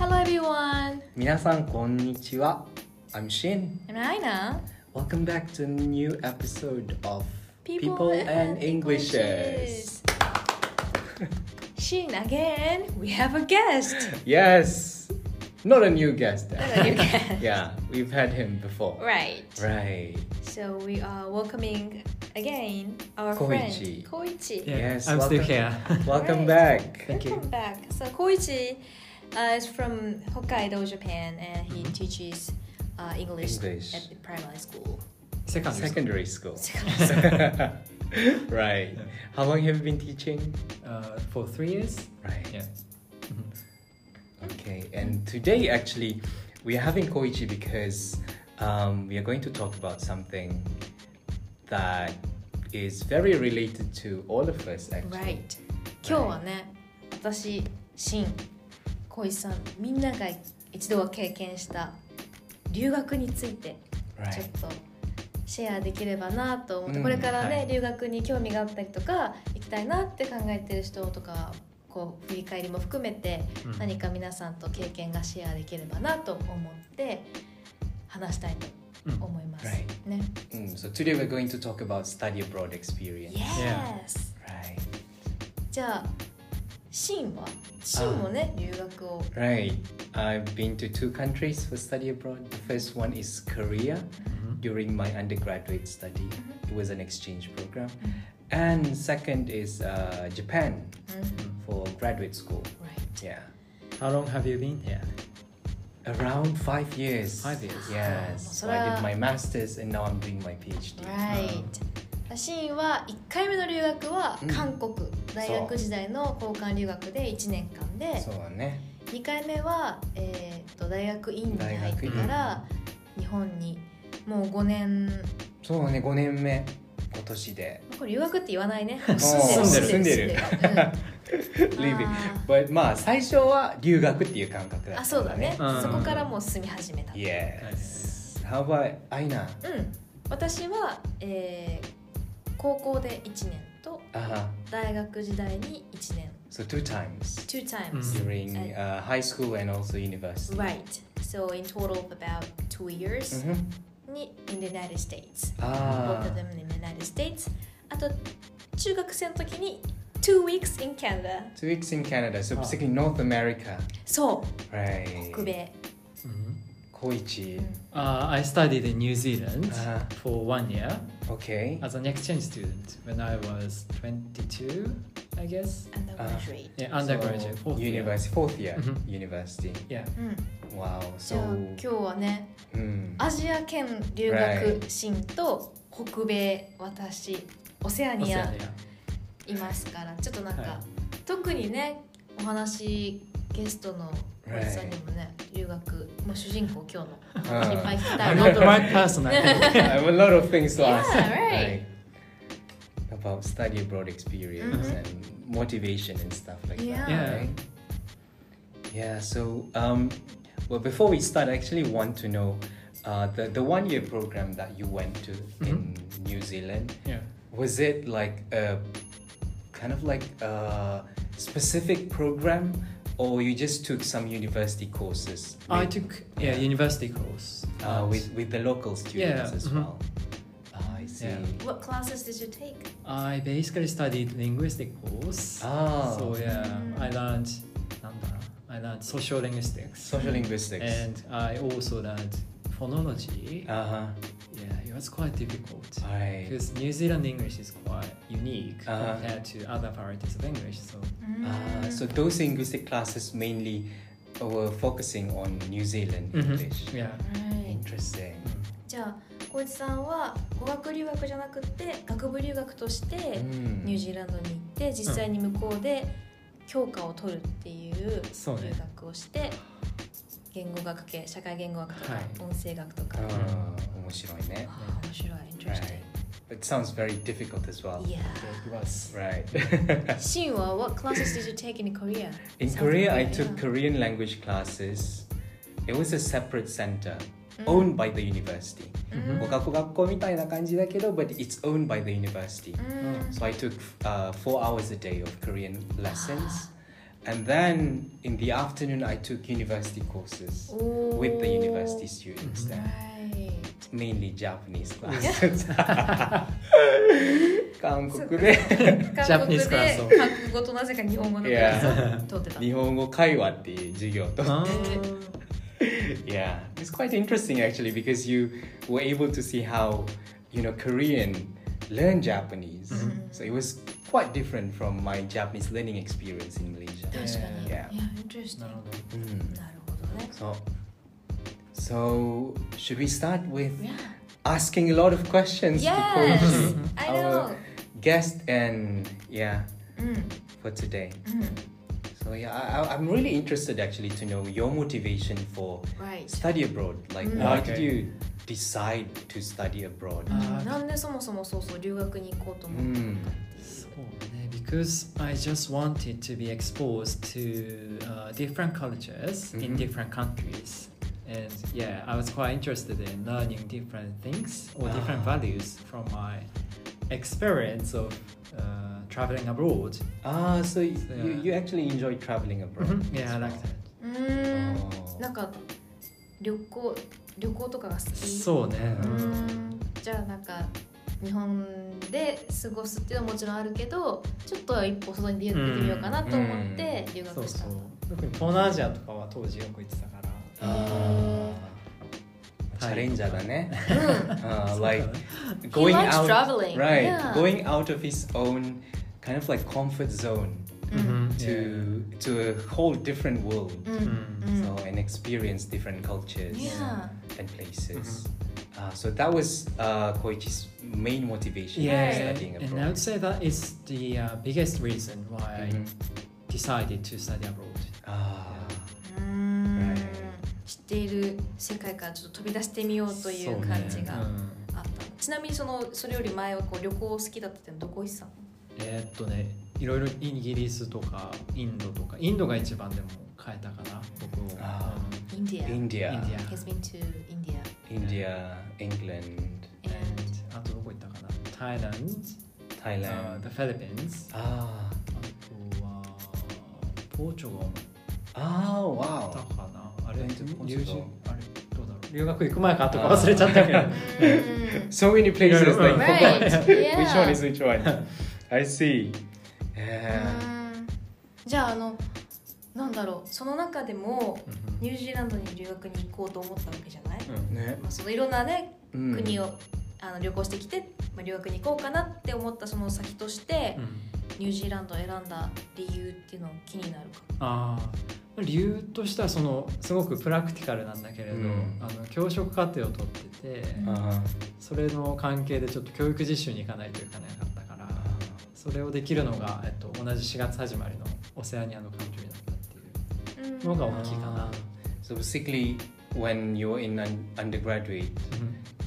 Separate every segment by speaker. Speaker 1: everyone!
Speaker 2: 皆さんこんにちは I'm Shin
Speaker 1: And Aina!
Speaker 2: Welcome back to a new episode of
Speaker 1: People and Englishes. Shin again! We have a guest!
Speaker 2: Yes Not a new guest
Speaker 1: Not a new guest.
Speaker 2: Yeah, we've had him before
Speaker 1: Right!
Speaker 2: Right
Speaker 1: So we are welcoming again our
Speaker 2: Koichi.
Speaker 1: friend Koichi.
Speaker 3: Yeah,
Speaker 2: Yes,
Speaker 3: I'm still
Speaker 2: welcome.
Speaker 3: here.
Speaker 2: Welcome
Speaker 1: Right.
Speaker 2: back
Speaker 3: Thank you.
Speaker 1: Welcome back. So Koichi uh, is from Hokkaido, Japan, and he teaches uh, English,
Speaker 2: English.
Speaker 1: at the primary school.
Speaker 3: Secondary.
Speaker 2: Secondary school
Speaker 1: Secondary
Speaker 2: Right
Speaker 3: Yeah.
Speaker 2: How long have you been teaching?
Speaker 3: Uh, for three years.
Speaker 2: Right
Speaker 3: Yeah.
Speaker 2: Okay, and today actually we are having Koichi because um, we are going to talk about something that is very related to all of us actually.
Speaker 1: Right. 今日はね、私、シン、小石さん、みんなが一度は経験した留学についてちょっ
Speaker 2: Right.
Speaker 1: とシェアできればなと思って、
Speaker 2: うん
Speaker 1: これからね、
Speaker 2: はい
Speaker 1: 留学に興味があったりとか行きたいなって考えてる人とかこう振り返りも含めて
Speaker 3: Mm.
Speaker 1: 何か皆さんと経験がシェアできればなと思って話したいと
Speaker 3: Mm.
Speaker 1: 思います。
Speaker 2: Right.
Speaker 1: ね。
Speaker 2: Mm, so today we're going to talk about study abroad experience.
Speaker 1: Yes!
Speaker 2: Right.
Speaker 1: じゃあシンはシンもね留学を
Speaker 2: Right. I've been to two countries for study abroad. The first one is Korea
Speaker 3: Mhm.
Speaker 2: during my undergraduate study. It was an exchange program. And second is uh, Japan
Speaker 1: うん
Speaker 2: for graduate school.
Speaker 1: Right.
Speaker 2: Yeah.
Speaker 3: How long have you been here?
Speaker 2: Around five years.
Speaker 3: Five years.
Speaker 2: Yes. So I did my master's and now I'm doing my PhD.
Speaker 1: um, Right. シーンは1回目の留学は
Speaker 2: うん
Speaker 1: 韓国、大
Speaker 2: そ
Speaker 1: 学
Speaker 2: う
Speaker 1: 時代の交換留学で1年間で
Speaker 2: そうだね。
Speaker 1: 2回目は、えー、と大学院に入ってから日本にもう5年
Speaker 2: そうだね、5年目、今年で。
Speaker 1: これ留学って言わないね
Speaker 3: 住んでる
Speaker 1: 住んでる住んでる
Speaker 2: Living. But まあ最初は留学っていう感覚
Speaker 1: う
Speaker 2: だ
Speaker 1: ん
Speaker 2: った
Speaker 1: あ そうだね、
Speaker 3: うん
Speaker 1: そこからもう住み始めた、
Speaker 2: Yes. How about Aina?
Speaker 1: うん私は、えー高校で1年と
Speaker 2: Uh-huh.
Speaker 1: 大学時代に1年
Speaker 2: So two times
Speaker 1: two
Speaker 3: Mm.
Speaker 1: times、
Speaker 2: during uh, high school and also university.
Speaker 1: Right. So in total of about two years
Speaker 2: Mhm.
Speaker 1: ni- in the United States. Both
Speaker 2: あ
Speaker 1: of them in the United States. あと中学生の時に two weeks in Canada.
Speaker 2: Two weeks in Canada, so
Speaker 3: あ
Speaker 2: basically North America.
Speaker 1: そ
Speaker 2: Right.
Speaker 1: う、北米。
Speaker 3: Mhm.
Speaker 2: 高一。
Speaker 1: Mm.
Speaker 3: Uh, I studied in New Zealand uh,
Speaker 2: Uh-huh.
Speaker 3: for one year
Speaker 2: Okay.
Speaker 3: as an exchange student when I was 22, I guess.
Speaker 1: Undergraduate.
Speaker 3: Yeah,
Speaker 2: So,
Speaker 3: undergraduate. fourth year.
Speaker 2: university, fourth year,
Speaker 3: Mhm.
Speaker 2: university.
Speaker 3: Yeah.
Speaker 1: うん、
Speaker 2: Wow.
Speaker 1: じゃあ
Speaker 2: So, hmm.
Speaker 1: 今日はね
Speaker 2: うん、
Speaker 1: アジア圏留学シーンと北米私オセアニア
Speaker 3: Australia.
Speaker 1: いますからちょっとなんか、
Speaker 3: はい
Speaker 1: 特にねお話ゲストの森さんにもね留学もう主人公今日のお話いっぱい聞きたい
Speaker 3: I'm
Speaker 1: な
Speaker 3: not
Speaker 1: と
Speaker 3: the
Speaker 1: 思っ
Speaker 3: right
Speaker 1: て。
Speaker 3: person, I think.
Speaker 2: I have a lot of things to ask.
Speaker 1: Yeah, right.
Speaker 2: Right. About study abroad experience
Speaker 1: Mhm.
Speaker 2: and motivation and stuff like that.
Speaker 1: Yeah.
Speaker 3: Yeah.
Speaker 2: Right? Yeah. So, um, well, before we start, I actually want to know uh, the the one year program that you went to
Speaker 3: Mm-hmm.
Speaker 2: in New Zealand.
Speaker 3: yeah.
Speaker 2: Was it like a kind of like a specific program, or you just took some university courses?
Speaker 3: I
Speaker 2: with-
Speaker 3: took yeah, university course.
Speaker 2: uh, with with the local students
Speaker 3: Yeah,
Speaker 2: as
Speaker 3: mhm.
Speaker 2: well. Ah, I see.
Speaker 3: Yeah.
Speaker 1: What classes did you take?
Speaker 3: I basically studied linguistic course.
Speaker 2: Ah,
Speaker 3: So yeah,
Speaker 1: Mm.
Speaker 3: I learned なんだろう I learned social linguistics.
Speaker 2: social linguistics.
Speaker 3: And I also learned phonology.
Speaker 2: uh huh.
Speaker 3: yeah, it was quite difficult.
Speaker 2: All right.
Speaker 3: Because New Zealand English is quite unique
Speaker 2: Uh-huh.
Speaker 3: compared to other varieties of English. So
Speaker 2: Ah, so those linguistic classes mainly were focusing on New Zealand
Speaker 3: Mhm.
Speaker 2: English.
Speaker 3: yeah.
Speaker 1: はい、
Speaker 2: Interesting.
Speaker 1: じゃあ小一さんは語学留学じゃなくて学部留学としてニュー
Speaker 2: Mm.
Speaker 1: ジーランドに行って実際に向こうで教科を取るっていう
Speaker 3: そうね
Speaker 1: 留学をして言語学系社会言語学とか
Speaker 3: はい
Speaker 1: 音声学とか、
Speaker 2: Ah, 面白いね.
Speaker 1: あー面白い interesting
Speaker 2: Right. It sounds very difficult as well.
Speaker 1: yeah
Speaker 3: It was
Speaker 2: Right.
Speaker 1: Shinwa, what classes did you take in Korea?
Speaker 2: In
Speaker 1: South
Speaker 2: Korea, I
Speaker 1: Korea.
Speaker 2: took Korean language classes. It was a separate center owned by the university. 語学学校みたいな感じだけど、but it's owned by
Speaker 1: Mm.
Speaker 2: the university.
Speaker 1: うん
Speaker 2: So I took uh, four hours a day of Korean lessons, And then in the afternoon, I took university courses with the university students
Speaker 3: Mhm.
Speaker 2: there,
Speaker 1: Right.
Speaker 2: mainly Japanese classes. 韓国 で
Speaker 1: 韓国
Speaker 3: Japanese
Speaker 1: で
Speaker 3: class を
Speaker 1: 韓国語となぜか日本語のクラスを取ってた。
Speaker 2: 日本語会話っていう授業と
Speaker 3: Ah.
Speaker 2: Yeah, it's quite interesting actually because you were able to see how you know Korean learn Japanese.
Speaker 1: Mhm.
Speaker 2: So it was quite different from my Japanese learning experience in Malaysia.
Speaker 1: 確かに。い
Speaker 2: Yeah.
Speaker 1: や、interesting
Speaker 3: なる
Speaker 1: な
Speaker 3: ほど
Speaker 2: Mm.
Speaker 1: るほどね。
Speaker 2: So, so should we start with
Speaker 1: Yeah.
Speaker 2: asking a lot of questions to
Speaker 1: Yes,
Speaker 2: coach
Speaker 1: I
Speaker 2: our
Speaker 1: know.
Speaker 2: guest and yeah
Speaker 1: うん、うん、
Speaker 2: for today. So yeah, I, I- I'm really interested actually to know your motivation for
Speaker 1: right.
Speaker 2: study abroad. Like,
Speaker 1: Mm.
Speaker 2: why
Speaker 3: Okay.
Speaker 2: did you decide to study abroad?
Speaker 3: あー
Speaker 1: なんでそもそもそうそう留学に行こうと思ったの
Speaker 2: Mm.
Speaker 1: か。
Speaker 3: そうね because I just wanted to be exposed to uh, different cultures
Speaker 2: Mhm.
Speaker 3: in different countries. And yeah, I was quite interested in learning different things or different
Speaker 2: Ah.
Speaker 3: values from my experience of uh, traveling abroad.
Speaker 2: Ah, so y-
Speaker 3: So,
Speaker 2: you,
Speaker 3: yeah.
Speaker 2: you actually enjoy traveling abroad?
Speaker 3: Mm-hmm. Yeah, I
Speaker 2: as
Speaker 3: like
Speaker 2: well.
Speaker 3: that.
Speaker 1: うーん。
Speaker 2: Oh.
Speaker 1: なんか旅行旅行とかが好き。
Speaker 3: そうね。
Speaker 1: うーん。じゃあなんか日本で過ごすっていうのはもちろんあるけど、ちょっと一歩外に出てみようかなと思って留
Speaker 3: そ
Speaker 1: 学
Speaker 3: う
Speaker 1: した
Speaker 3: そう
Speaker 1: の。。
Speaker 3: 特に東南アジアとかは当時よく行ってたから。
Speaker 2: Ah.
Speaker 3: Thai.
Speaker 2: Challenge だね。
Speaker 1: うん。
Speaker 2: Ah, like
Speaker 1: へ
Speaker 2: going
Speaker 1: likes Hmm.
Speaker 2: out,
Speaker 1: traveling.
Speaker 2: right?
Speaker 1: Yeah.
Speaker 2: Going out of his own kind of like comfort zone
Speaker 1: うん。
Speaker 2: Mm-hmm. to to a whole different world.
Speaker 1: う。
Speaker 3: うんん
Speaker 1: うん
Speaker 2: So and experience different cultures
Speaker 1: Mm-hmm. Yeah.
Speaker 2: and places.
Speaker 3: Mm-hmm.
Speaker 2: Ah, so that was uh, Koichi's main motivation
Speaker 3: Yeah,
Speaker 2: for studying abroad.
Speaker 3: and I would say that is the uh, biggest reason why
Speaker 2: Mhm.
Speaker 3: I decided to study abroad.
Speaker 2: Ah,
Speaker 1: うーん知っている世界からちょっと飛び出してみようという感じがあっ
Speaker 3: うん
Speaker 1: た、ちなみにそのそれより前はこう旅行好きだったってのはどこ行ってたの
Speaker 3: えーっとね、いろいろイギリスとかインドとか、インドが一番でも変えたかな、僕を。
Speaker 2: あ
Speaker 1: インディア
Speaker 2: India,
Speaker 3: India.
Speaker 1: has been to India
Speaker 2: India, England,
Speaker 3: And
Speaker 1: and
Speaker 3: あとどこ行ったかな ?Thailand、uh,
Speaker 2: Thailand.
Speaker 3: The Philippines、あ
Speaker 1: Uh,
Speaker 2: Ah,
Speaker 3: とはポーチョガルも
Speaker 2: oh
Speaker 3: 行った
Speaker 2: wow.
Speaker 3: かなあれ、
Speaker 2: Went to
Speaker 3: 留学
Speaker 2: Portugal.
Speaker 3: あれどうだろう留学行く前かあとか忘れちゃっ たけど。
Speaker 2: So many places
Speaker 3: Yeah,
Speaker 2: like
Speaker 3: right.
Speaker 2: forgot.
Speaker 1: Right, yeah.
Speaker 2: Which one is which one? I see.
Speaker 1: Uh-huh.
Speaker 2: Yeah.
Speaker 1: じゃああのなんだろうその中でも
Speaker 3: うん
Speaker 1: ニュージーランドに留学に行こうと思ったわけじゃない、
Speaker 2: ね。
Speaker 1: まあ、そのいろんなね
Speaker 2: うん
Speaker 1: 国を、あの旅行してきて、まあ、留学に行こうかなって思ったその先として、
Speaker 3: うん
Speaker 1: ニュージーランドを選んだ理由っていうの気になるか
Speaker 3: ああ理由としてはそのすごくプラクティカルなんだけれど、
Speaker 2: うん
Speaker 3: あの教職課程を取ってて、
Speaker 1: うん
Speaker 2: Ah,
Speaker 3: それの関係でちょっと教育実習に行かないといけなかったから
Speaker 2: ah.
Speaker 3: それをできるのが、えっと、同じ4月始まりのオセアニアのカントリーだったっていうのが大きいか
Speaker 2: Ah.
Speaker 3: な。
Speaker 2: So basically, when you were in un- undergraduate,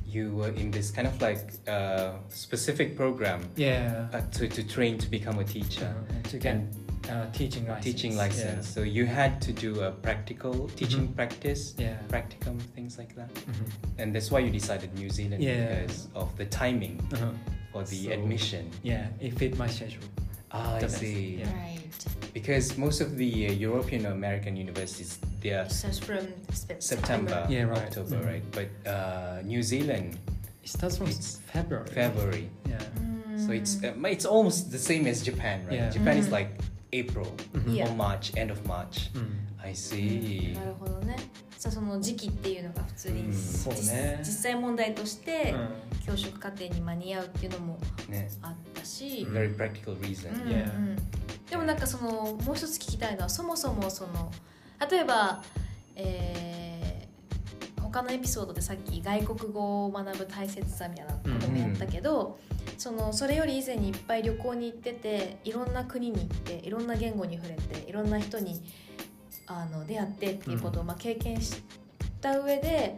Speaker 2: you were in this kind of like uh, specific program
Speaker 3: Yeah.
Speaker 2: uh, to, to train to become a teacher.
Speaker 3: And to get, uh, teaching license.
Speaker 2: Teaching Uh-huh. license. Mm-hmm. So you had to do a practical teaching practice,
Speaker 3: Yeah. yeah.
Speaker 2: practicum, things like that. And that's why you decided New Zealand
Speaker 3: Yeah.
Speaker 2: because of the timing
Speaker 3: Mhm.
Speaker 2: for the
Speaker 3: So-
Speaker 2: admission.
Speaker 3: Yeah, it fit my schedule.
Speaker 2: Ah, I
Speaker 3: Depends.
Speaker 2: see.
Speaker 3: Yeah.
Speaker 2: Because most of the uh, European or American universities, they are
Speaker 1: from
Speaker 2: September,
Speaker 3: Yeah, right.
Speaker 2: October,
Speaker 3: Mhm.
Speaker 2: right? Mm-hmm. But uh, New Zealand,
Speaker 3: It starts from
Speaker 2: It's
Speaker 3: February.
Speaker 2: February.
Speaker 3: Yeah.
Speaker 2: So it's uh, it's almost the same as Japan, right?
Speaker 3: Yeah.
Speaker 2: Japan is
Speaker 1: Mhm.
Speaker 2: like April
Speaker 3: Mhm.
Speaker 1: Yeah. Mm.
Speaker 2: or March, end of March.
Speaker 3: うん
Speaker 2: I see.
Speaker 1: なるほどねさあその時期っていうのが普通に、
Speaker 2: うん
Speaker 3: そうね
Speaker 1: 実実際問題として、
Speaker 3: うん
Speaker 1: 教職課程に間に合うっていうのも
Speaker 2: Yeah.
Speaker 1: あったし、
Speaker 2: Very practical reason.
Speaker 1: うん
Speaker 3: Yeah.
Speaker 1: うんでもなんかそのもう一つ聞きたいのはそもそもその例えば、えー他のエピソードでさっき外国語を学ぶ大切さみたいなこともやったけど、そのそれより以前にいっぱい旅行に行ってていろんな国に行っていろんな言語に触れていろんな人にあの出会ってっていうことを、まあ、経験した上で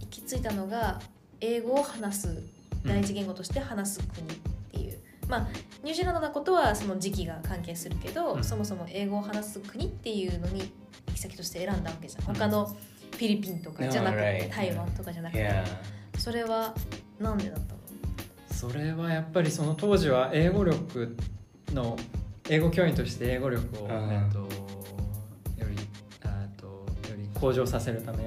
Speaker 1: 行き着いたのが英語を話す第一言語として話す国っていう、まあニュージーランドのことはその時期が関係するけど、
Speaker 3: うん
Speaker 1: そもそも英語を話す国っていうのに行き先として選んだわけじゃん
Speaker 3: うん
Speaker 1: 他のフィリピンとかじゃなく
Speaker 2: Alright.
Speaker 1: て台湾とかじゃなくて、
Speaker 2: Yeah.
Speaker 1: それはなんでだったの
Speaker 3: それはやっぱりその当時は英語力の英語教員として英語力を、
Speaker 2: あー
Speaker 3: えっと向上させるため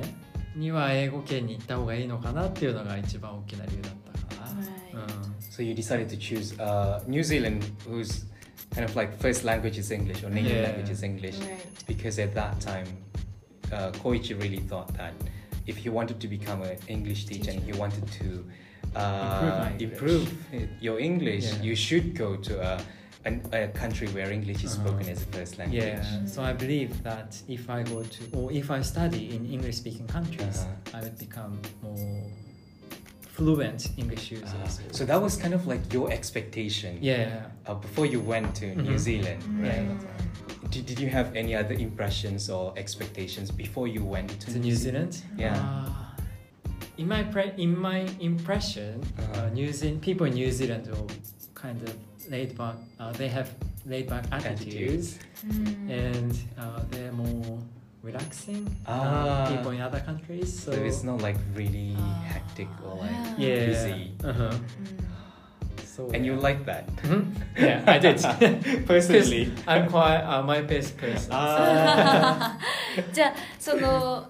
Speaker 3: には英語圏に行った方がいいのかなっていうのが一番大きな理由だったか
Speaker 1: Right.
Speaker 3: な。うん
Speaker 2: So you decided to choose uh, New Zealand, whose kind of like first language is English or native
Speaker 3: Yeah.
Speaker 2: language is English,
Speaker 1: Right.
Speaker 2: because at that time, uh, Koichi really thought that if he wanted to become an English teacher and he wanted to uh,
Speaker 3: Improve
Speaker 2: improve, your English,
Speaker 3: Yeah.
Speaker 2: you should go to a, an, a country where English is spoken
Speaker 3: Uh-huh.
Speaker 2: as a first language.
Speaker 3: Yeah, so I believe that if I go to or if I study in English speaking countries,
Speaker 2: Uh-huh.
Speaker 3: I would become more fluent English users.
Speaker 2: Uh, so that was kind of like your expectation
Speaker 3: yeah.
Speaker 2: uh, before you went to New
Speaker 3: Mhm.
Speaker 2: Zealand,
Speaker 1: Mm.
Speaker 2: right?
Speaker 3: Yeah.
Speaker 2: Did, did you have any other impressions or expectations before you went to,
Speaker 3: To New Zealand?
Speaker 2: Yeah.
Speaker 3: Ah. in my pre- in my impression,
Speaker 2: Uh-huh.
Speaker 3: uh, New Zealand people in New Zealand are kind of laid back. Uh, they have laid back attitudes,
Speaker 1: Mm.
Speaker 3: and uh, they're more relaxing uh,
Speaker 2: Ah.
Speaker 3: people in other countries. So,
Speaker 2: So it's not like really
Speaker 1: Ah,
Speaker 2: hectic or like
Speaker 3: yeah.
Speaker 2: busy.
Speaker 3: Uh-huh.
Speaker 1: Mm.
Speaker 3: So
Speaker 2: And you
Speaker 3: yeah.
Speaker 2: like that?
Speaker 3: Mhm. Yeah, I did.
Speaker 2: Personally. Ah.
Speaker 3: Because I'm quite a my pace person.
Speaker 1: じゃあその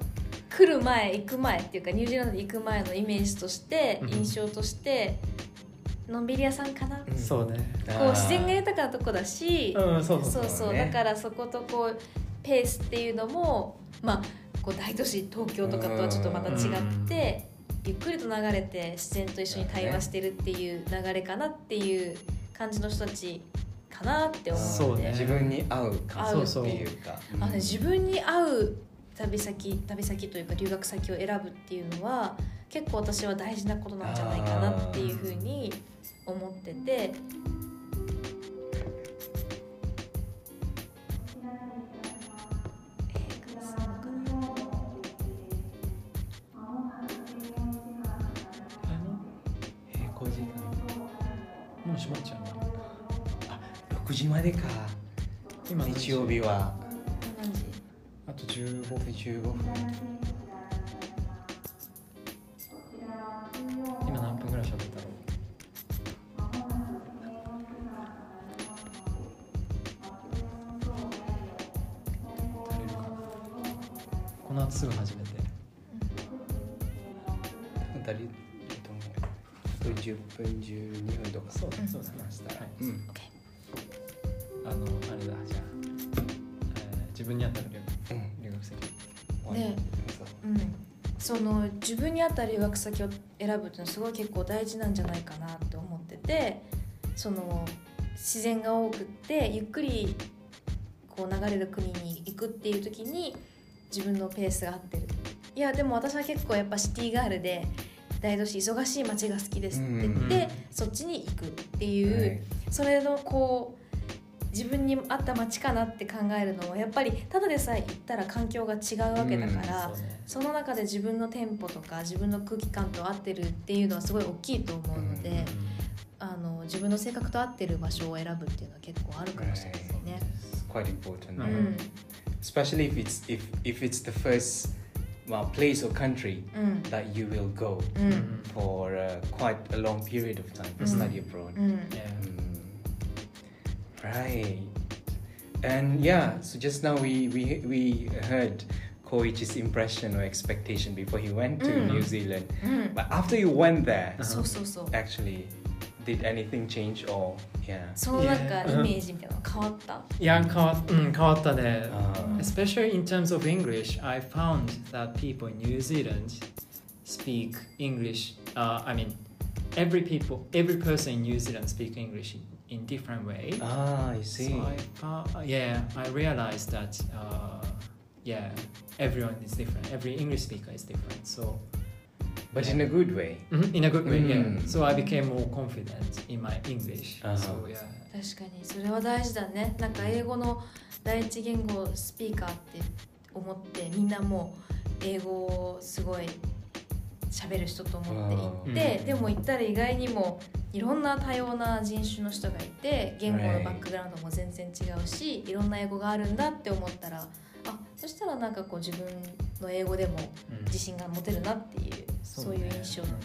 Speaker 1: 来る前行く前っていうかニュージーランドに行く前のイメージとして
Speaker 3: うん
Speaker 1: 印象としてのんびり屋さんかな、こ
Speaker 3: So- Uh, そうね。
Speaker 1: う自然が豊かなとこだし、
Speaker 3: うん、そうそ
Speaker 1: そ
Speaker 3: うそうう。
Speaker 1: そう、
Speaker 2: ね
Speaker 1: だからそことこうペースっていうのもまあこう大都市東京とかとはちょっとまた違って、ゆっくりと流れて自然と一緒に対話してるっていう流れかなっていう感じの人たちかなって思って。
Speaker 3: そうね
Speaker 2: 自分に合う感じっていうか。
Speaker 1: あのね自
Speaker 2: 分
Speaker 1: 分に合う旅先旅先というか留学先を選ぶっていうのは結構私は大事なことなんじゃないかなっていうふうに思ってて。
Speaker 2: 平行時間。
Speaker 3: もう閉まっちゃうんだ。
Speaker 2: 6時までか。
Speaker 3: 今何時
Speaker 2: 日曜日は。
Speaker 1: 何時
Speaker 3: あと15
Speaker 2: あと15分。
Speaker 3: 今何分ぐらい喋ったろう足りるかこの後すぐ始めて
Speaker 2: 多分足りると思う。あと10分、12分とか。
Speaker 3: そうそうですねはい
Speaker 2: うん。
Speaker 3: あのあれだじゃあ、えー自分に合った留学
Speaker 2: うん
Speaker 3: 留学先
Speaker 1: ね
Speaker 2: そう
Speaker 1: うん、その自分に合った留学先を選ぶっていうのはすごい結構大事なんじゃないかなって思っててその自然が多くってゆっくりこう流れる国に行くっていう時に自分のペースが合ってるいやでも私は結構やっぱシティガールで大都市忙しい街が好きですって言って、
Speaker 3: うん
Speaker 1: そっちに行くっていう、
Speaker 2: はい
Speaker 1: それのこう自分に合った街かなって考えるのはやっぱりただでさえ行ったら環境が違うわけだから、
Speaker 3: そうね
Speaker 1: その中で自分のテンポとか自分の空気感と合ってるっていうのはすごい大きいと思うので、
Speaker 2: うん
Speaker 1: あの自分の性格と合ってる場所を選ぶっていうのは結構あるかもしれないですね。
Speaker 2: It's quite important.
Speaker 3: う
Speaker 1: う
Speaker 3: は
Speaker 1: ん
Speaker 3: い
Speaker 1: うん
Speaker 2: especially if it's if if it's the first well, place or country
Speaker 1: うん、
Speaker 2: that you will go
Speaker 1: う
Speaker 3: うん
Speaker 1: ん
Speaker 2: for uh, quite a long period of time for
Speaker 1: Mm.
Speaker 2: study abroad.
Speaker 1: うん
Speaker 3: ね
Speaker 2: Mm. Right. And yeah, so just now we we we heard Koichi's impression or expectation before he went to
Speaker 1: Mm. Uh-huh.
Speaker 2: New Zealand.
Speaker 1: うん、
Speaker 2: But after you went there,
Speaker 1: そうそうそう
Speaker 2: actually, did anything change or yeah?
Speaker 1: そのなんかイメージみたいなの変わった。
Speaker 3: いや変わ,、うん、変わったね
Speaker 2: Uh,
Speaker 3: Especially in terms of English, I found that people in New Zealand speak English. Uh, I mean, every people, every person in New Zealand speak English in, in different way.
Speaker 2: ah, I see.
Speaker 3: So I found, uh, yeah, I realized that, uh, yeah, everyone is different. Every English speaker is different. So
Speaker 2: but in a good way.
Speaker 3: Mhm, in a good way, yeah.
Speaker 2: Mm.
Speaker 3: So I became more confident in my English.
Speaker 2: Uh-huh.
Speaker 3: So yeah,
Speaker 1: 確かにそれは大事だね。なんか英語の第一言語スピーカーって思ってみんなもう英語をすごい喋る人と思って行って、
Speaker 3: うん
Speaker 1: でも行ったら意外にもいろんな多様な人種の人がいて言語のバックグラウンドも全然違うしいろんな英語があるんだって思ったらあそしたらなんかこう自分の英語でも
Speaker 3: Mm.
Speaker 1: 自信が持てるなっていうそういう印象だっ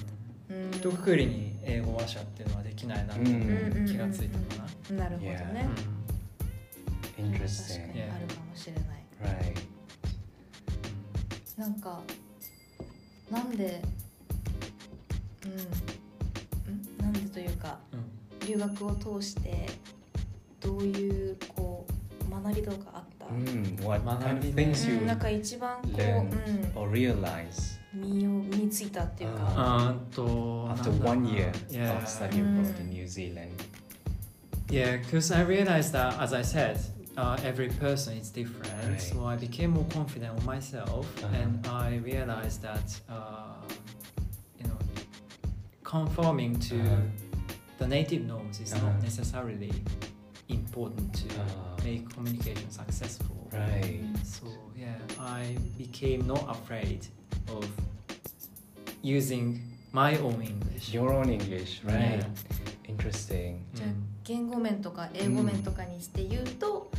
Speaker 3: Mm.
Speaker 1: た。うん
Speaker 3: 一括りに英語話者っていうのはできないなっていうのに気がついたかな。
Speaker 1: なるほどね。確か
Speaker 2: Interesting.
Speaker 1: にあるかもしれない。
Speaker 2: Right.
Speaker 1: なんかなんでうんんなんでというか
Speaker 2: Hmm.
Speaker 1: 留学を通してどういうこう学びとかあった、
Speaker 2: Mm, what kind of
Speaker 3: Mandarin.
Speaker 2: things
Speaker 1: うん、
Speaker 2: you
Speaker 1: なんか一番こう、
Speaker 2: learn
Speaker 1: う
Speaker 2: or realize
Speaker 1: ん、身を身についたっていうか、
Speaker 3: Uh,
Speaker 2: after
Speaker 3: となんだろう
Speaker 2: one
Speaker 3: な
Speaker 2: year
Speaker 3: yeah.
Speaker 2: of studying abroad
Speaker 1: Mm.
Speaker 2: in New Zealand?
Speaker 3: Yeah, because I realized that, as I said, uh, every person is different.
Speaker 2: Right.
Speaker 3: So I became more confident on myself,
Speaker 2: Uh-huh.
Speaker 3: and I realized that, uh, you know, conforming to
Speaker 2: Uh-huh.
Speaker 3: the native norms is
Speaker 2: Uh-huh.
Speaker 3: not necessarily important to
Speaker 2: Uh,
Speaker 3: make communication successful.
Speaker 2: right.
Speaker 3: So yeah, I became not afraid of using my own English.
Speaker 2: Your own English, right?
Speaker 3: Yeah.
Speaker 2: Interesting.
Speaker 1: じゃあ
Speaker 3: Mm.
Speaker 1: 言語面とか英語面とかにして言うと、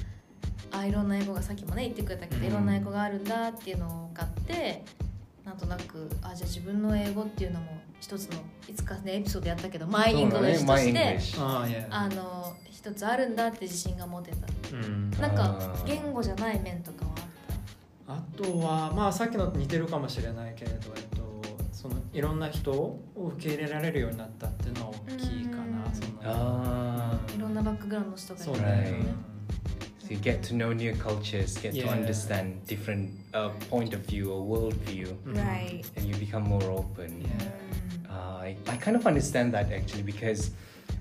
Speaker 1: あいろんな英語がさっきもね言ってくれたけど、
Speaker 2: うん
Speaker 1: いろんな英語があるんだっていうのを買ってなんとなくあじゃあ自分の英語っていうのも一つのいつかねエピソードやったけどマイイングリッシュと
Speaker 2: my
Speaker 1: して
Speaker 2: English.
Speaker 3: Oh yeah.
Speaker 1: あの一つあるんだって自信が持てた
Speaker 3: Mm.
Speaker 1: なん
Speaker 2: あ
Speaker 1: か
Speaker 2: ー
Speaker 1: 言語じゃない面とかはあっ
Speaker 3: あとはまあさっきのと似てるかもしれないけれど、えっと、そのいろんな人を受け入れられるようになったっていうのは大きいか
Speaker 1: うん
Speaker 3: なその
Speaker 2: Ah,
Speaker 1: たいろんなバックグラウンドの人がい
Speaker 3: そ
Speaker 1: る
Speaker 3: う
Speaker 1: から
Speaker 3: ね
Speaker 2: Right.、so you get to know new cultures, get to
Speaker 3: Yeah.
Speaker 2: understand different uh, point of view or worldview,
Speaker 3: うん
Speaker 1: Right.
Speaker 2: and you become more open.
Speaker 3: Mm.
Speaker 2: Ah,
Speaker 3: Yeah.
Speaker 2: I, I kind of understand that actually because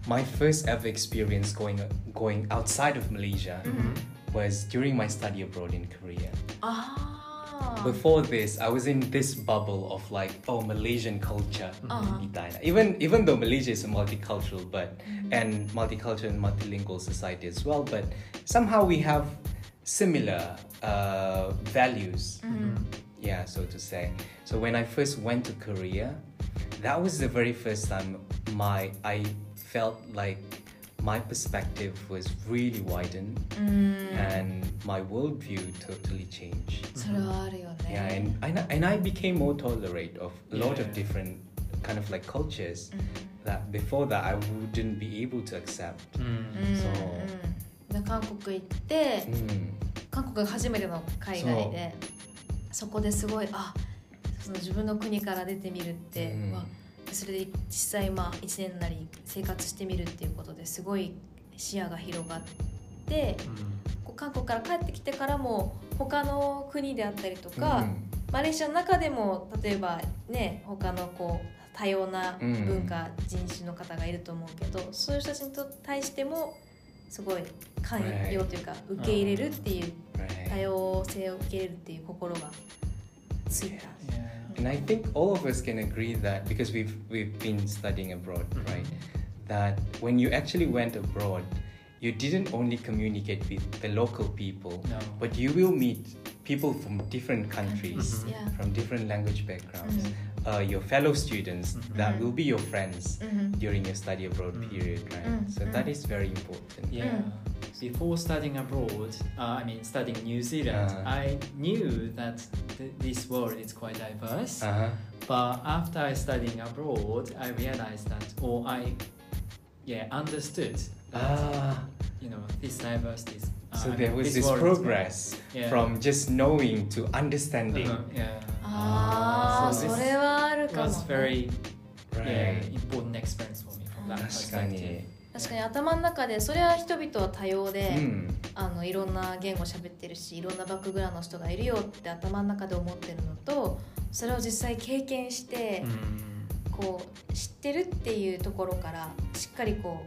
Speaker 2: my first ever experience going going outside of Malaysia
Speaker 1: うん
Speaker 2: was during my study abroad in Korea.
Speaker 1: ああ
Speaker 2: Before this, I was in this bubble of like, oh, Malaysian culture.
Speaker 1: あ
Speaker 2: Italia. Even even though Malaysia is a multicultural, but and multicultural and multilingual society as well, but somehow we have similar uh, values.
Speaker 1: あ
Speaker 2: Mm-hmm.
Speaker 1: うん、
Speaker 2: Yeah, so to say. So when I first went to Korea, that was the very first time my I felt like my perspective was really widened
Speaker 1: うん、
Speaker 2: and my worldview totally changed.
Speaker 1: それはあるよね
Speaker 2: Yeah, and and I, and I became more tolerant of a lot of
Speaker 3: Yeah.
Speaker 2: different kind of like cultures
Speaker 1: うん
Speaker 2: that before that I wouldn't be able to accept.
Speaker 3: う
Speaker 1: う
Speaker 3: ん
Speaker 1: ん
Speaker 2: そう
Speaker 1: うん、で韓国行って、
Speaker 2: Mm.
Speaker 1: 韓国が初めての海外でそこですごいあその自分の国から出てみるって、
Speaker 2: うん
Speaker 1: わそれで実際まあ1年なり生活してみるっていうことですごい視野が広がってこう韓国から帰ってきてからも他の国であったり
Speaker 2: Mm.
Speaker 1: とか、マレーシアの中でも例えばね他のこう多様な
Speaker 2: うん
Speaker 1: 文化、人種の方がいると思うけどそういう人たちにと対してもすごい寛容というか受け入れるっていう
Speaker 2: Mm, right.
Speaker 1: 多様性を受け入れるっていう心がついた。
Speaker 3: Yeah.
Speaker 2: And I think all of us can agree that because we've we've been studying abroad, right? That when you actually went abroad, you didn't only communicate with the local people,
Speaker 3: No.
Speaker 2: but you will meet people from different countries,
Speaker 3: Mhm.
Speaker 1: Yeah.
Speaker 2: from different language backgrounds,
Speaker 1: Mhm.
Speaker 2: uh, your fellow students
Speaker 3: Mhm.
Speaker 2: that
Speaker 1: Mhm.
Speaker 2: will be your friends
Speaker 1: うん
Speaker 2: during your study abroad
Speaker 3: Mm.
Speaker 2: period, right?
Speaker 1: Mm,
Speaker 2: So that
Speaker 1: mm.
Speaker 2: is very important.
Speaker 3: Yeah. Before studying abroad, uh, I mean studying New Zealand,
Speaker 2: Uh.
Speaker 3: I knew that th- this world is quite diverse.
Speaker 2: Uh-huh.
Speaker 3: But after I studying abroad, I realized that, or I, yeah, understood that
Speaker 2: Ah,
Speaker 3: you know this diversity. is- Uh,
Speaker 2: so
Speaker 3: I mean,
Speaker 2: there was this
Speaker 3: world is-
Speaker 2: progress
Speaker 3: Yeah.
Speaker 2: from just knowing to understanding.
Speaker 3: Uh-huh, yeah.
Speaker 1: ああ
Speaker 2: そうです
Speaker 1: それはある
Speaker 3: It
Speaker 1: かも、
Speaker 3: was
Speaker 1: ね、
Speaker 3: very Uh-huh. yeah,
Speaker 2: Right.
Speaker 3: important experience for me from that
Speaker 2: 確か
Speaker 3: perspective.
Speaker 2: に。
Speaker 1: 確かに頭の中でそれは人々は多様で、
Speaker 2: うん。
Speaker 1: あのいろんな言語喋ってるしいろんなバックグラウンドの人がいるよって頭の中で思ってるのとそれを実際経験して、
Speaker 3: Mm.
Speaker 1: こう知ってるっていうところからしっかりこ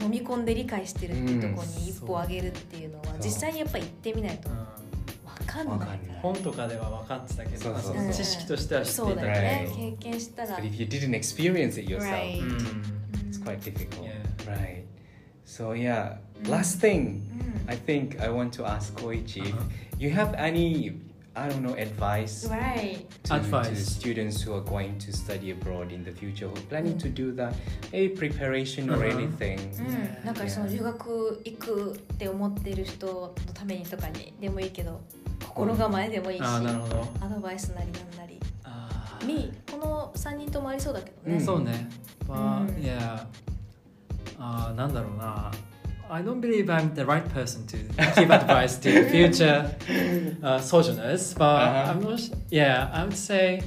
Speaker 1: う飲み込んで理解してるっていうところに一歩上げるっていうのは、
Speaker 2: そう
Speaker 1: 実際にやっぱ行ってみないと
Speaker 3: Uh,
Speaker 1: 分かんないから
Speaker 2: わかんない
Speaker 3: 本とかでは分かってたけど、
Speaker 2: そうそうそう
Speaker 3: まあの知識としては知っていた
Speaker 1: そ
Speaker 3: け
Speaker 1: う
Speaker 3: ど
Speaker 1: だよね、
Speaker 2: Right.
Speaker 1: 経験したら
Speaker 2: But if you didn't experience it yourself,
Speaker 1: Right.
Speaker 3: Mm.
Speaker 2: it's quite difficult.
Speaker 3: Yeah.
Speaker 2: Right. So yeah.
Speaker 1: Mm.
Speaker 2: Last thing
Speaker 1: うん
Speaker 2: I think I want to ask Koichi
Speaker 3: Uh-huh.
Speaker 2: if you have any I don't know advice
Speaker 1: Right.
Speaker 2: to, to
Speaker 3: Advice.
Speaker 2: students who are going to study abroad in the future who are planning
Speaker 1: Mm.
Speaker 2: to do that, maybe preparation or
Speaker 3: Uh-huh.
Speaker 2: anything.
Speaker 1: うん
Speaker 3: Yeah.
Speaker 1: なんかその
Speaker 2: Yeah.
Speaker 1: 留学行くって思ってる人のためにとかにでもいいけど心構えでもいいし、
Speaker 3: ああなるほど。
Speaker 1: アドバイスなりなんなり
Speaker 3: あー
Speaker 1: にこの3人ともありそうだけどね、
Speaker 2: うん
Speaker 3: そうね。まあ、
Speaker 1: うん
Speaker 3: いや、あーなんだろうな。 I don't believe I'm the right person to give advice to future uh, sojourners, but
Speaker 2: Uh-huh.
Speaker 3: I'm not. s- Yeah, I would say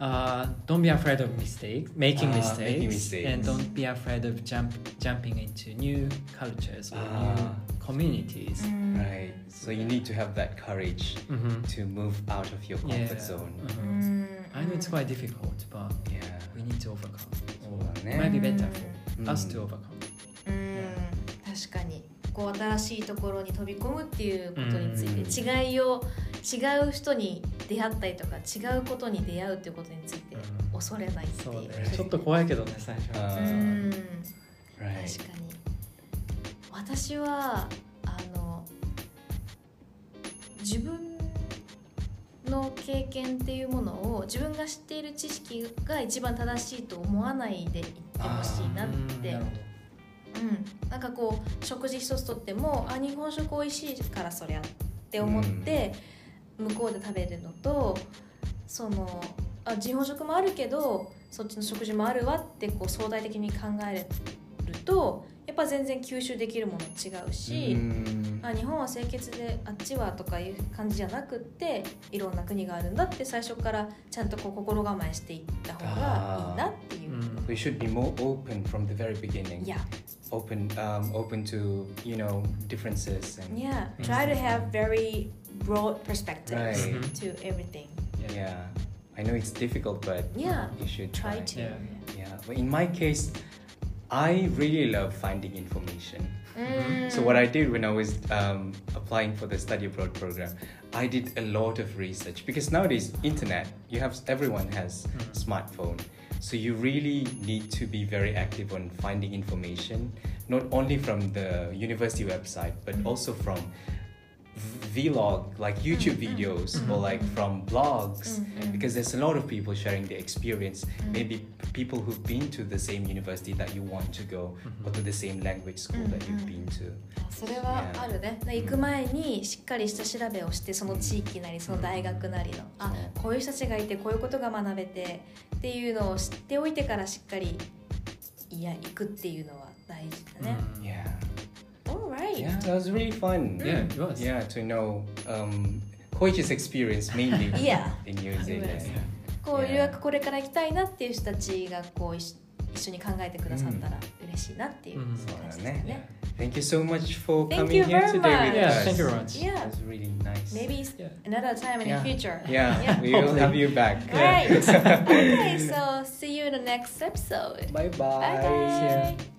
Speaker 3: uh, don't be afraid of mistakes, making,
Speaker 2: Ah,
Speaker 3: mistakes,
Speaker 2: making mistakes.
Speaker 3: and don't be afraid of jump jumping into new cultures or
Speaker 2: Ah.
Speaker 3: new communities.
Speaker 2: Right. So you need to have that courage
Speaker 3: Mhm.
Speaker 2: to move out of your comfort
Speaker 3: Yeah.
Speaker 2: zone.
Speaker 3: Mhm. I know it's quite difficult, but
Speaker 2: Yeah.
Speaker 3: we need to overcome.
Speaker 2: So, uh,
Speaker 3: It might be better for
Speaker 2: Mm.
Speaker 3: us to overcome.
Speaker 1: うん確かにこう新しいところに飛び込むっていうことについて
Speaker 2: う
Speaker 1: 違いを違う人に出会ったりとか違うことに出会うっていうことについて
Speaker 3: うん
Speaker 1: 恐れないって
Speaker 3: そう
Speaker 1: いう、
Speaker 3: ね。ちょっと怖いけどね、最初
Speaker 1: う
Speaker 2: あ
Speaker 3: は。
Speaker 1: ん
Speaker 2: Uh, Right.
Speaker 1: 確かに私はあの自分の経験っていうものを自分が知っている知識が一番正しいと思わないでいってほしいなっ
Speaker 3: うん
Speaker 1: て
Speaker 3: なるほど
Speaker 1: うん、なんかこう食事一つとってもあ日本食美味しいからそりゃって思って向こうで食べるのと、そのあ日本食もあるけどそっちの食事もあるわってこう相対的に考えるとやっぱ全然吸収できるもの違うし。
Speaker 2: Mm.
Speaker 1: あ日本は清潔であっちはとかいう感じじゃなくっていろんな国があるんだって最初からちゃんとこう心構えしていった方がいいなっていうう。
Speaker 3: ん
Speaker 2: We should be more open from the very beginning.
Speaker 1: いや
Speaker 2: Open, um, open to you know differences and
Speaker 1: Yeah, try to have very broad perspectives
Speaker 2: Right.
Speaker 3: Mhm.
Speaker 1: to everything.
Speaker 2: yeah. I know it's difficult, but
Speaker 1: Yeah,
Speaker 2: you should
Speaker 1: try to.
Speaker 3: Yeah.
Speaker 2: Yeah. Well, in my case, I really love finding information.
Speaker 1: Mm.
Speaker 2: So what I did when I was um, applying for the study abroad program, I did a lot of research because nowadays internet, you have everyone has
Speaker 3: Mhm.
Speaker 2: smartphone, so you really need to be very active on finding information, not only from the university website but
Speaker 1: Mhm.
Speaker 2: also from v- vlog like YouTube
Speaker 1: Mm, mm,
Speaker 2: videos
Speaker 3: mhm.
Speaker 2: or like from blogs
Speaker 1: Mhm.
Speaker 2: because there's a lot of people sharing their experience.
Speaker 1: Mm.
Speaker 2: Maybe people who've been to the same university that you want to go
Speaker 3: Mm-hmm.
Speaker 2: or to the same language school that you've
Speaker 1: Mm, mm.
Speaker 2: been to.
Speaker 1: それはあるね。で行く前にしっかり下調べをしてその地域なりその大学なりのあこういう人たちがいてこういうことが学べてっていうのを知っておいてからしっかりいや行くっていうのは大事だね。
Speaker 3: うん
Speaker 2: Yeah.
Speaker 1: Alright.
Speaker 2: Yeah, that was really fun.
Speaker 3: Yeah, it was.
Speaker 2: Yeah, to know um, Koichi's experience mainly
Speaker 1: Yeah.
Speaker 2: in New Zealand.
Speaker 1: was. こう留学これから行きたいなっていう人たちがこう一緒一緒に考えてくださったら嬉しいなっていう感じですね。
Speaker 2: うん Thank you so much for
Speaker 1: Thank
Speaker 2: coming
Speaker 1: you
Speaker 2: here
Speaker 1: very
Speaker 2: today
Speaker 1: much.
Speaker 2: with
Speaker 3: Yeah,
Speaker 2: us.
Speaker 3: thank you very much.
Speaker 2: It
Speaker 1: Yeah.
Speaker 2: was really nice.
Speaker 1: Maybe
Speaker 3: Yeah.
Speaker 1: another time in
Speaker 2: Yeah.
Speaker 1: the future.
Speaker 2: Yeah,
Speaker 1: Yeah.
Speaker 2: we will
Speaker 3: Hopefully.
Speaker 2: have you back.
Speaker 1: Right. okay, so see you in the next episode.
Speaker 2: Bye bye.
Speaker 1: Bye.
Speaker 3: Yeah.